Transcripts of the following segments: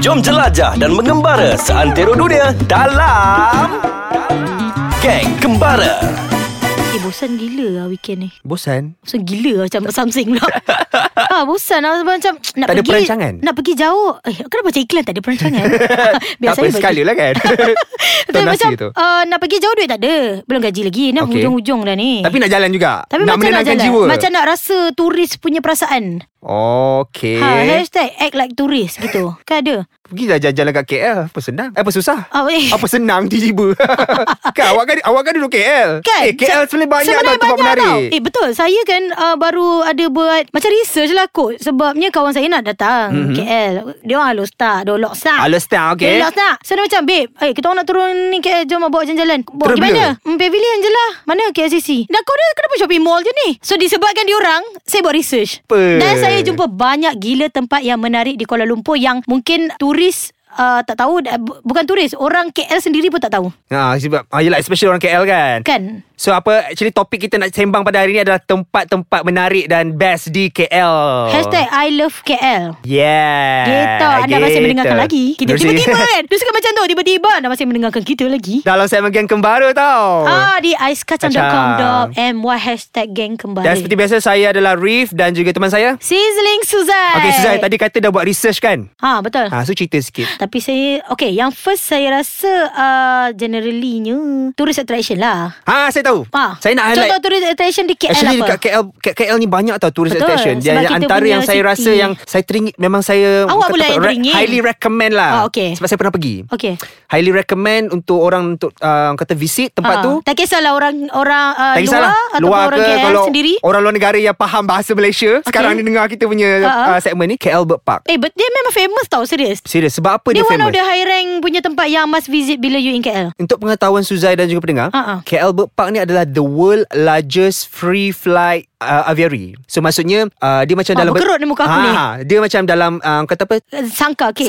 Jom jelajah dan mengembara seantero dunia dalam Geng Kembara. Eh bosan gila lah weekend ni Bosan Bosan gila lah macam something lah ah, Bosan lah macam nak Tak ada pergi, perancangan? Nak pergi jauh eh, Kenapa macam iklan tak ada perancangan Biasanya Tak apa sekali lah kan Tuan Tapi nasi macam tu uh, nak pergi jauh duit tak ada Belum gaji lagi Nak Okey. okay. hujung-hujung dah ni Tapi nak jalan juga Tapi macam Nak nak menenangkan jalan jiwa Macam nak rasa turis punya perasaan Okay ha, Hashtag act like turis gitu Kan ada Pergi dah jalan-jalan kat KL Apa senang Eh, Apa susah Ah, eh. Apa senang tiba-tiba Kan awak kan, awak kan duduk KL Kan Eh KL Se- sebenarnya banyak sebenarnya tau tempat banyak menarik tau. Eh betul Saya kan uh, baru ada buat Macam research lah kot Sebabnya kawan saya nak datang mm-hmm. KL Dia orang halus tak Dolok tak Halus Mhm. tak, okey. Dia Dolok tak So dia macam Babe eh, Kita orang nak turun ni KL Jom lah bawa jalan-jalan Bawa Terus pergi mana? bila? Hmm, pavilion je lah Mana KLCC Dah kau dah kenapa shopping mall je ni So disebabkan dia orang Saya buat research Apa? Dan saya jumpa banyak gila tempat Yang menarik di Kuala Lumpur Yang mungkin turis Uh, tak tahu dah- bu- Bukan turis Orang KL sendiri pun tak tahu ha, Sebab ah, yelah, Especially orang KL kan Kan So apa Actually topik kita nak sembang pada hari ni Adalah tempat-tempat menarik Dan best di KL Hashtag I love KL Yeah Gitu Anda masih Ah, gitu. mendengarkan lagi Kita Terus- tiba-tiba kan Dia suka macam tu Tiba-tiba anda masih mendengarkan kita lagi Dalam segmen geng kembara tau Ah di Kacang. aiskacang.com.my Hashtag geng kembali Dan seperti biasa Saya adalah Reef Dan juga teman saya Sizzling Suzai Okay Suzai Tadi kata dah buat research kan Ha betul ha, So cerita sikit Tapi saya Okay yang first saya rasa uh, Generallynya Tourist attraction lah Ha saya tahu ha. Saya nak highlight Contoh tourist attraction di KL Actually apa dekat KL, K- KL ni banyak tau tourist Betul, attraction sebab Dan yang kita antara punya yang saya city. rasa yang saya teringin memang saya Awak bukan pula tak- yang re- teringin. highly recommend lah. Ah, okey. Sebab saya pernah pergi. Okay Highly recommend untuk orang untuk uh, kata visit tempat Ah, tu. Tak kisahlah orang Orang uh, Tak luar kisahlah Ataupun orang ke KL kalau sendiri Orang luar negara yang faham bahasa Malaysia okay. Sekarang ni dengar kita punya Ah. uh, segmen ni KL Bird Park Eh but dia memang famous tau Serius Serius sebab apa dia, Dia one famous of the high rank punya tempat yang must visit bila you in KL. Untuk pengetahuan Suzai dan juga pendengar Ha, ha. KL Bird Park ni adalah The world largest free flight uh, aviary So maksudnya uh, Dia macam Wah, dalam Oh, berkerut ni muka aku ni. ni Dia macam dalam uh, Kata apa Eh, Sangka cage.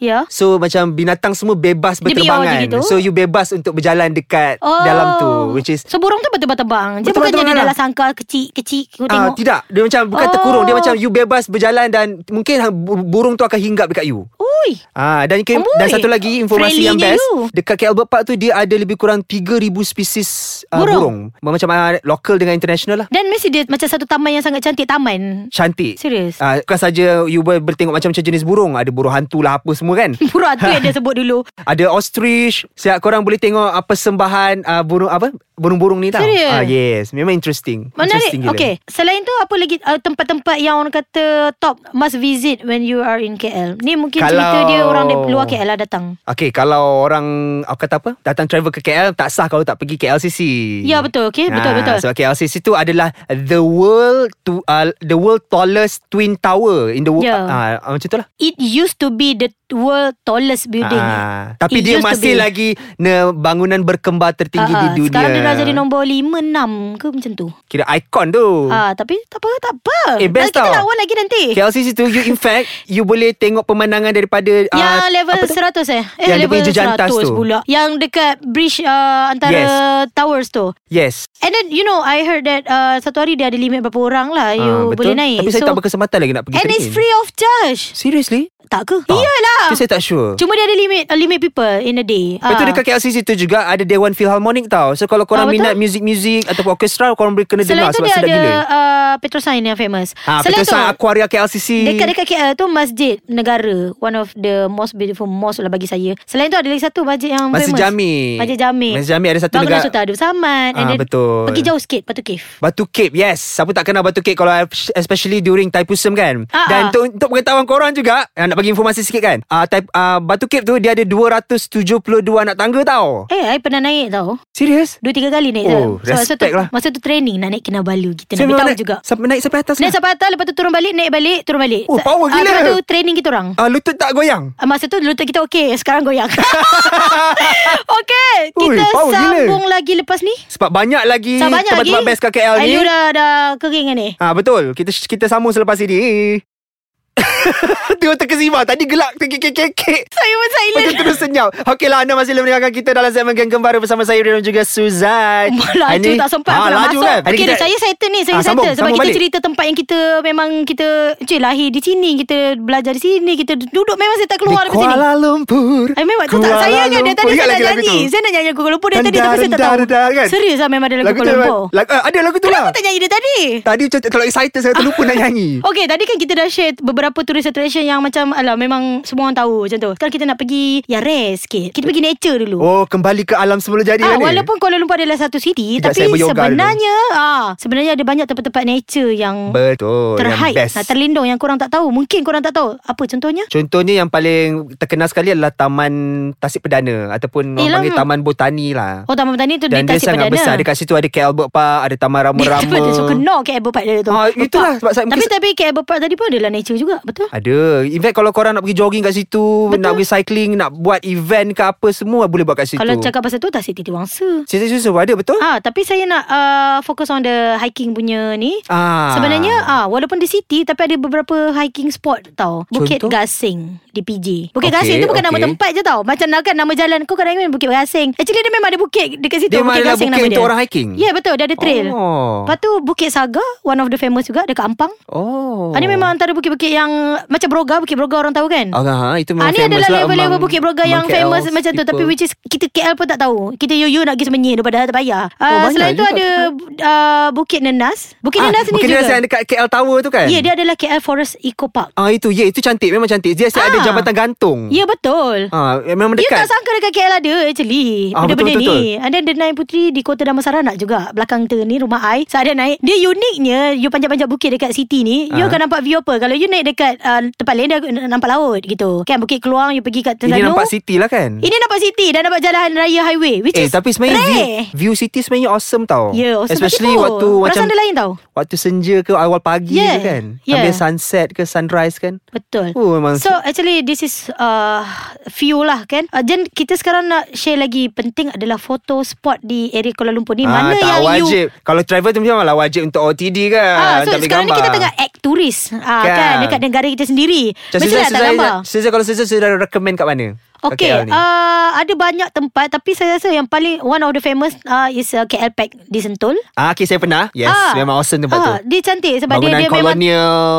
Ya. Yeah. So macam binatang semua Bebas Dia biar je berterbangan gitu. So you bebas Untuk berjalan dekat Oh. Dalam tu Which is So burung tu bertebang-tebang. Dia bukannya dia Bertebang-tebang dalam lah. sangka kecil-kecil kau Ah, tengok. tidak Dia macam bukan Oh. terkurung Dia macam you bebas berjalan Dan mungkin hang- bu- burung tu akan hinggap dekat you Ui. Ah dan ke, Amboi. dan satu lagi informasi yang Friendly-nya best you. dekat KL Bird Park tu dia ada lebih kurang 3000 spesies uh, Burung. burung. Macam uh, lokal dengan international lah. Dan mesti dia macam satu taman yang sangat cantik taman. Cantik. Serius? Ah bukan saja you boleh bertengok macam-macam jenis burung, ada burung hantu lah apa semua kan. Burung tu yang dia sebut dulu. Ada ostrich. Siap korang boleh tengok apa sembahan uh, burung apa? Burung-burung ni tau. Serius? Ah yes, memang interesting. Menarik. Interesting gila. Okay. Selain tu apa lagi uh, tempat-tempat yang orang kata top must visit when you are in KL. Ni mungkin Kalau- cerita dia orang dari luar KL lah datang. Okay, kalau orang apa kata apa? Datang travel ke KL tak sah kalau tak pergi KLCC. Ya, betul, okey? Betul, betul. So KLCC tu adalah the world to uh, the world tallest twin tower in the world. Ya. Yeah. Uh, macam tu lah. It used to be the world tallest building. Ah, tapi It dia used to masih be. lagi ne, bangunan berkembar tertinggi Ah, di ah. dunia. Sekarang dia dah jadi nombor 5 6 ke macam tu. Kira ikon tu. Ah, tapi tak apa, tak apa. Oh. Eh, best Kita tau. lawan lagi nanti. KLCC tu you in fact you boleh tengok pemandangan daripada Yang ah, Ya, level apa tu? 100 eh eh Yang dia level punya jejantas tu. pula Yang dekat bridge uh, Antara Yes. towers tu Yes. And then you know I heard that uh, Satu hari dia ada limit Berapa orang lah You Ah, betul. boleh naik Tapi saya tak berkesempatan lagi nak pergi. And it's trekking. free of charge Seriously? Tak ke? Tak. Iyalah Tu Ah, saya tak sure. Cuma dia ada limit uh, Limit people in a day Lepas tu Ah. dekat KLCC tu juga ada Dewan Philharmonic tau. So kalau korang Ah, betul. minat muzik-muzik ataupun orkestra korang boleh kena Selain dengar tu sebab dia sedap ada gila. uh, Petrosan yang famous Ha, Selain Petrosan tu Aquaria KLCC. Dekat-dekat KL tu Masjid negara One of the most beautiful mosque lah bagi saya Selain tu ada lagi satu Masjid yang Masjid famous Jami. Masjid Jami Masjid Jami ada satu Bangunan negara- Sultan Abdul Samad and Ah, then betul. Pergi jauh sikit Batu Cave Batu Cape Yes Siapa tak kenal Batu Cape Kalau especially during Taipusem kan Ah, ah. Dan untuk, untuk pengetahuan korang juga ah, Nak bagi informasi sikit kan uh, type, uh, Batu Cape tu Dia ada 272 anak tangga tau Eh, I pernah naik tau Serius? Dua tiga kali naik Oh, tau masa tu, respect lah. Masa tu training nak naik Kinabalu Kita Saya nak memang tahu naik, juga sampai, Naik sampai atas Naik lah sampai atas Lepas tu turun balik Naik balik Turun balik Oh, Sa- power ah, gila. Lepas tu training kita orang Ah, Lutut tak goyang Ah, Masa tu lutut kita okey Sekarang goyang Okay Ui, Kita power gila. sambung lagi lepas ni Sebab banyak lagi Sebab banyak lagi Tempat-tempat best kat KL ni Ayu dah, dah kering kan ni Ah betul. Kita kita sambung selepas ini. Tengok terkesima Tadi gelak terkekek-kekek Saya pun silent Macam terus senyap Okeylah anda masih mendengarkan kita Dalam segmen Geng Kembara Bersama saya Rian dan juga Ah, Suzai Oh, Laju tak sempat ha, nak masuk kan? Okay, kita... saya settle ni Saya Ah, settle sambung, Sebab sambung kita balik. cerita tempat yang kita Memang kita Cik lahir di sini Kita belajar di sini Kita duduk Memang saya tak Di keluar daripada sini Kuala Lumpur I memang tu tak Kuala saya kan Dari tadi saya Lumpur. Ingat nak lagi lagu nyanyi tu? Saya nak nyanyi lagu Kuala Lumpur Dari tadi Rendah, tapi saya tak rendah, tahu rendah, kan? Serius lah memang ada lagu Lagu tu Kuala memang- Lumpur lagu, ah, Ada lagu tu lah Kenapa tak nyanyi dia tadi Tadi macam terlalu excited Saya terlupa nak nyanyi Okay tadi kan kita dah share Beberapa tourist attraction Yang macam Alah memang Semua orang tahu macam tu Sekarang kita nak pergi Yang rare sikit Kita pergi nature dulu Oh kembali ke alam semula jadi Ah, lah ni. walaupun Kuala Lumpur adalah satu city Sekejap, Tapi saya beryoga sebenarnya ah, Sebenarnya ada banyak tempat-tempat nature yang Betul Terhide Yang best ah, Terlindung yang korang tak tahu Mungkin korang tak tahu Apa contohnya? Contohnya yang paling terkenal sekali adalah Taman Tasik Perdana ataupun orang Yelah. panggil Taman Botani lah. Oh Taman Petani tu Dan di dia Tasik sangat Perdana besar. Dekat situ ada KL Bird Park, ada Taman Dia Rama-Rama. Dia suka no KL Berpak dia tu Ah, Berpak. itulah sebab saya- Ah, Tapi tapi KL Berpak tadi pun adalah nature juga Betul? Ada. In fact kalau korang nak pergi jogging kat situ, Betul. nak pergi cycling, nak buat event ke apa semua boleh buat kat situ. Kalau cakap pasal tu Tasik Titi Wangsa Cita susu ada betul? Ah, tapi saya nak uh, fokus on the hiking punya ni. Ah. Sebenarnya ah walaupun di city tapi ada beberapa hiking spot tau. Bukit Contoh? Gasing di PJ. Bukit Okey, Gasing tu bukan nama okey. tempat je tau. Macam nak kan nama jalan kau kadang ingat Bukit Gasing. Actually dia memang ada bukit dekat situ Dia memang Bukit adalah Gasing bukit nama untuk dia. orang hiking. Ya yeah, betul dia ada trail. Oh. Lepas tu Bukit Saga One of the famous juga Dekat Ampang Oh. oh. Ini memang antara bukit-bukit yang Macam Broga Bukit Broga orang tahu kan Ah, ha, itu Ah, memang ni famous adalah lah level-level among- Bukit Broga among yang KL's famous macam tu people. tapi which is kita KL pun tak tahu. Kita you-you nak pergi sembunyi daripada tak payah. Oh, Uh, banyak selain tu juga ada uh, Bukit Nenas. Bukit Ah, Nenas ni Bukit juga. Nenas yang dekat KL Tower tu kan? Ya, yeah, dia adalah KL Forest Eco Park. Ah itu ya yeah, itu cantik memang cantik. Dia ah. ada Ah. jabatan gantung. Ya, yeah, betul. Ah memang You dekat. tak sangka dekat KL ada actually Ah, Benda-benda betul, betul, ni Ada Denai Putri di Kota Damasaranat juga Belakang tu ni rumah I So ada naik Dia uniknya You panjat-panjat bukit dekat city ni You Ah. akan nampak view apa Kalau you naik dekat uh, tempat lain Dia nampak laut gitu Kan Bukit Keluang You pergi kat Terengganu Ini nampak city lah kan? Ini nampak city Dan nampak jalan raya highway Which eh is tapi sebenarnya view, rare. view city sebenarnya awesome tau. Ya, awesome Especially betul. waktu Perasaan macam dia lain tau. Waktu senja ke awal pagi Yeah, tu kan. yeah. Sambil sunset ke sunrise kan. Betul Oh, memang- So actually this is uh, Few lah kan uh, Then kita sekarang nak share lagi Penting adalah photo spot Di area Kuala Lumpur ni Eh, Mana Ah, tak yang you wajib. Kalau travel tu macam malah wajib untuk OTD kan. Ah, so tak boleh sekarang ni gambar. kita tengah act turis ah, kan. Kan. Dekat negara kita sendiri Macam Mesti Suzai, lah tak Suzai, gambar Suzai, kalau Suzai, Suzai recommend kat mana? Kat Okay, KL ni. uh, ada banyak tempat Tapi saya rasa yang paling One of the famous uh, Is uh, KL Pack di Sentul Ah, okay, saya pernah. Yes, memang awesome tempat ah, tu. Dia cantik sebab Bangunan dia, dia kolonial.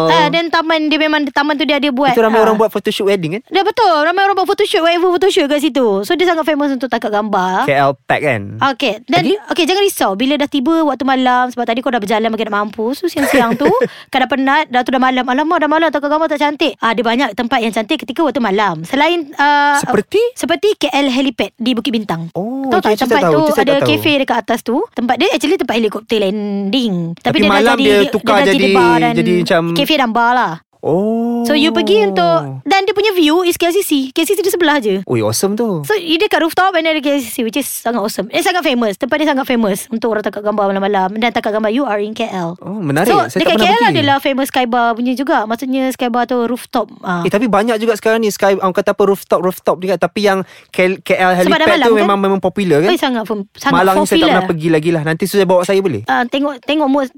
memang ah, Dan taman dia memang Taman tu dia ada buat Itu ramai ah. orang buat photoshoot wedding kan? Dah betul Ramai orang buat photoshoot Whatever photoshoot kat situ So dia sangat famous untuk tangkap gambar KL Pack kan? Okay Dan okay. okay jangan risau Bila dah tiba waktu malam Sebab tadi kau dah berjalan Makin nak mampu So siang-siang tu Kau dah penat Dah tu dah malam Alamak dah malam Tak gambar tak cantik Ada banyak tempat yang cantik Ketika waktu malam Selain uh, Seperti? Seperti KL Helipad Di Bukit Bintang Oh, Tahu itu saya tak tak tempat tahu, tu itu saya Ada tak tahu. kafe dekat atas tu Tempat dia actually Tempat helikopter landing Tapi, Tapi dia malam dah jadi dia tukar dah jadi- bar dan jadi macam- Kafe dan bar lah Oh. So you pergi untuk Dan dia punya view Is KLCC KLCC di sebelah je Ui, awesome tu. So dia dekat rooftop And then ada KLCC Which is sangat awesome Dia sangat famous Tempat dia sangat famous Untuk orang tangkap gambar malam-malam Dan tangkap gambar You are in KL Oh, menarik. So Saya tak dekat pernah KL pergi. adalah Famous skybar punya juga Maksudnya skybar tu rooftop ah. Eh tapi banyak juga sekarang ni Sky um, kata apa rooftop rooftop juga tapi yang KL, KL Sebab dah helipad malam tu kan? memang memang popular Eh, kan. sangat fam- sangat Malang ni saya tak popular. pernah pergi lagi lah. Nanti saya bawa saya boleh. Ah, tengok tengok mood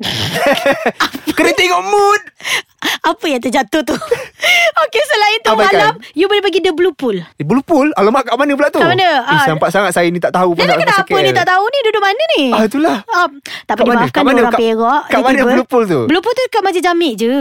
Kena tengok mood. apa yang terjatuh tu. okay selain tu Abaikan. malam you boleh pergi the blue pool. Eh, Blue pool. Alamak kat mana pula tu? Kat mana? Eh, Ah. nampak sangat saya ni tak tahu Dia pun nak nak kenapa masuk ni KL. tak tahu ni duduk mana ni? Ah, itulah. Ah, tak Kat apa mana? dimaafkan Kat mana? orang Kat- Perak. kat dia mana tiba. Blue Pool tu? Blue Pool tu kat Masjid Jamik je.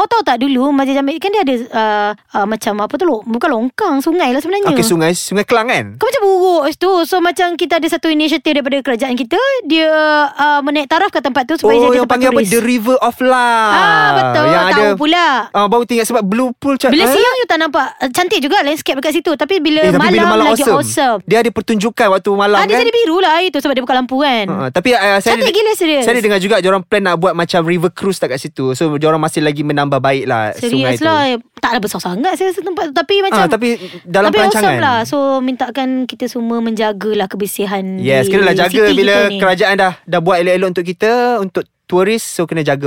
Oh tahu tak dulu Masjid Jamik kan dia ada uh, uh, macam apa tu lo, bukan longkang sungai lah sebenarnya. Okey sungai sungai Kelang kan? Kau macam buruk tu So macam kita ada satu inisiatif Daripada kerajaan kita Dia uh, menaik taraf ke tempat tu Supaya oh jadi yang tempat panggil apa turis The River of Love. Ah, betul. Yang Tahu ada, pula. Ah baru tinggal sebab Blue Pool cak. Bila ah? siang you tak nampak uh, Cantik juga landscape dekat situ Tapi bila, Eh, tapi malam, bila malam Lagi awesome. awesome, Dia ada pertunjukan waktu malam Ah, dia kan. jadi biru lah air tu Sebab dia buka lampu kan Ha, tapi uh, saya Cantik gila, serius. Saya ada dengar juga Diorang plan nak buat Macam river cruise tak kat situ So diorang masih lagi Menambah baik lah Sungai Serius tu lah Taklah besar sangat Saya rasa tempat tu Tapi macam Ah, tapi dalam tapi perancangan. awesome lah So mintakan kita semua Menjagalah kebersihan Yes di Kena lah jaga city Bila kita ni. kerajaan dah Dah buat elok-elok untuk kita Untuk turis So kena jaga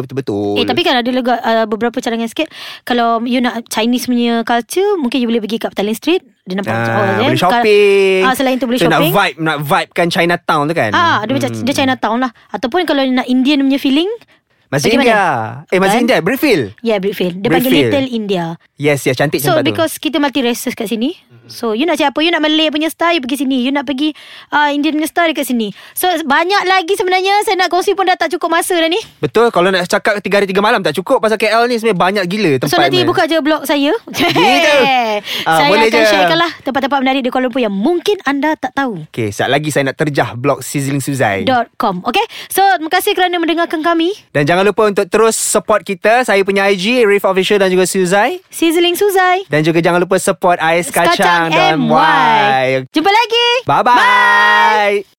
Eh betul-betul tapi kan ada lega, uh, beberapa cadangan sikit Kalau you nak Chinese punya culture Mungkin you boleh pergi kat Petaling Street Dia nampak macam Ah, kan? boleh shopping Kalau- ah, Selain tu boleh So, shopping Nak vibe Nak vibekan Chinatown tu kan Ah, dia macam dia Chinatown lah Ataupun kalau you nak Indian punya feeling Masjid Pergi mana? India. Eh, Masjid Bukan. India. Brickfield. Yeah, Brickfield. Dia panggil Brickfield. Little India. Yes, yes. Cantik So tempat tu. because kita multi races kat sini So you nak cakap apa You nak Malay punya style You pergi sini You nak pergi uh, Indian punya style Dekat sini So banyak lagi sebenarnya Saya nak kongsi pun Dah tak cukup masa dah ni Betul kalau nak cakap 3 hari 3 malam tak cukup pasal KL ni sebenarnya banyak gila tempat. So nanti ni. buka je blog saya Gitu. Ah, Saya boleh akan je. sharekan lah Tempat-tempat menarik di Kuala Lumpur Yang mungkin anda tak tahu Okay, saat lagi saya nak terjah blog Sizzling Suzai. .com Okay So terima kasih kerana mendengarkan kami Dan jangan lupa untuk terus support kita. Saya punya IG, Riff Official dan juga Suzai. Sizzling Suzai Dan juga jangan lupa support Ais Kacang, dan MY. Y. Jumpa lagi Bye-bye. Bye.